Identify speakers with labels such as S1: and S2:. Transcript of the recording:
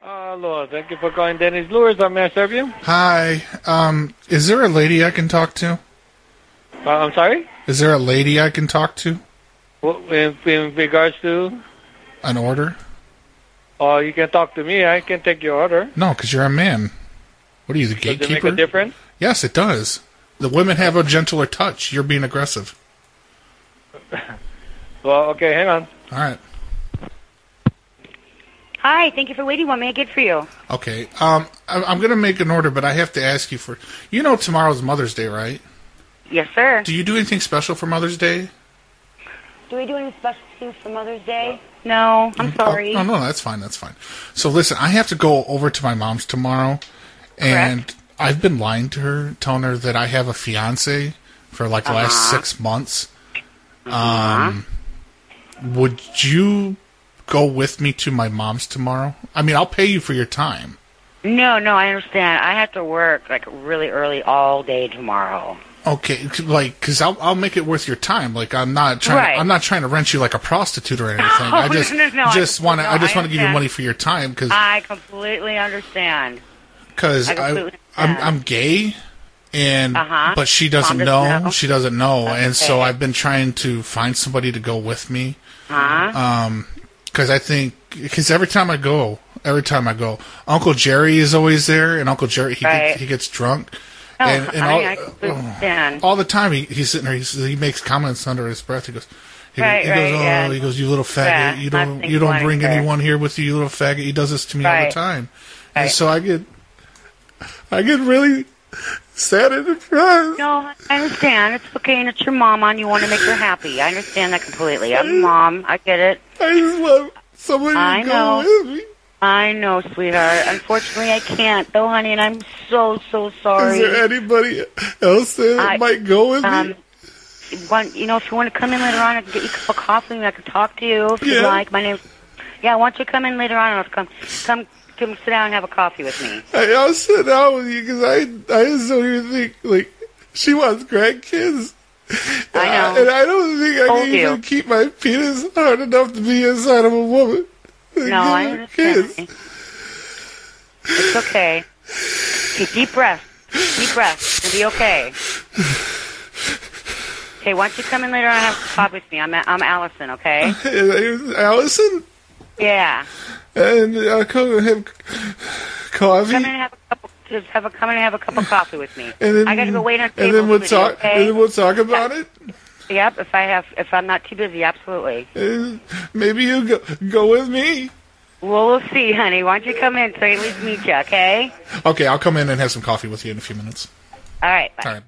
S1: Hello, Ah, thank you for calling Denny's Lures. How may I serve you?
S2: Hi. Um, is there a lady I can talk to?
S1: Uh, I'm sorry?
S2: Is there a lady I can talk to?
S1: Wh- In, in regards to,
S2: An order?
S1: oh, you can talk to me. I can take your order.
S2: No, because you're a man. What are you, the
S1: Does it make a
S2: gatekeeper?
S1: difference?
S2: yes, it does. The women have a gentler touch. You're being aggressive.
S1: Well, okay, hang on.
S2: All right.
S3: Hi, thank you for waiting. What may I get for you?
S2: Okay. Um, I, I'm going to make an order, but I have to ask you for. You know, tomorrow's Mother's Day, right?
S3: Yes, sir.
S2: Do you do anything special for Mother's Day?
S3: Do we do any special things for Mother's Day? No, Um, I'm sorry.
S2: Oh, no, no, that's fine. That's fine. So listen, I have to go over to my mom's tomorrow, and I've been lying to her, telling her that I have a fiance for like the last
S3: Uh-huh.
S2: six months.
S3: Mm-hmm.
S2: Um, would you go with me to my mom's tomorrow? I mean, I'll pay you for your time.
S3: No, no, I understand. I have to work like really early all day tomorrow.
S2: Okay, c- like, cause I'll I'll make it worth your time. Like, I'm not trying.
S3: Right.
S2: I'm not trying to rent you like a prostitute or anything. I
S3: no,
S2: just
S3: no, no, I-
S2: just want to.
S3: no,
S2: I just
S3: I
S2: want to give you
S3: understand.
S2: money for your time because
S3: I completely understand.
S2: because
S3: I
S2: I,
S3: completely
S2: I'm
S3: understand.
S2: I'm gay, and
S3: Uh-huh.
S2: but she doesn't know.
S3: Mom doesn't know.
S2: She doesn't know, and so
S3: Okay.
S2: I've been trying to find somebody to go with me.
S3: Huh?
S2: uh, Because I think because every time I go, every time I go, Uncle Jerry is always there, and Uncle Jerry he
S3: Right.
S2: gets, he gets drunk.
S3: no,
S2: and, and
S3: I,
S2: all, oh.
S3: I completely understand.
S2: all the time he, he's sitting there. He's, he makes comments under his breath. He goes, he, goes-
S3: Right,
S2: he goes,
S3: right,
S2: oh,
S3: yeah.
S2: he goes, you little faggot.
S3: Yeah,
S2: you don't,
S3: nothing
S2: you don't
S3: like
S2: bring
S3: that.
S2: anyone here with you, you little faggot. He does this to me all the
S3: Right.
S2: time, and
S3: Right.
S2: so I get, I get really sad and depressed.
S3: No, I understand. It's okay, and it's your mama, and you want to make her happy. I understand that completely. I'm a mom. I get it.
S2: I just want somebody
S3: I
S2: to go
S3: know.
S2: with me.
S3: I know, sweetheart. Unfortunately, I can't, though, honey, and I'm so, so
S2: Is
S3: sorry.
S2: there anybody else that
S3: I-
S2: might go with me?
S3: um, want, you know, if you want to come in later on, I can get you a cup of coffee and I can talk to you if
S2: Yeah.
S3: you like. My name, yeah. Why don't you come in later on? I'll come, come, come, sit down and have a coffee with me.
S2: I, I'll sit down with you because I, I just don't even think like she wants grandkids.
S3: I know.
S2: and I don't think I
S3: Told
S2: can
S3: you.
S2: even keep my penis hard enough to be inside of a woman. to
S3: No, I
S2: give her
S3: understand.
S2: kids.
S3: It's okay. Take deep breath. Deep breath. It'll be okay. Okay, why don't you come in later on and have a coffee with me? I'm I'm Allison, okay?
S2: And I was- Allison,
S3: Yeah.
S2: and I'll come and have coffee.
S3: Come in and have a cup of, just have a come in and have a cup of coffee with me.
S2: and then,
S3: I gotta go wait on
S2: And then
S3: tables
S2: we'll
S3: with you,
S2: talk.
S3: okay?
S2: And then we'll talk about it.
S3: Yep, if I have if I'm not too busy, absolutely.
S2: And maybe you go go with me.
S3: Well, we'll see, honey. Why don't you come in so I at least meet you, okay?
S2: Okay, I'll come in and have some coffee with you in a few minutes.
S3: All right, bye.
S2: All right.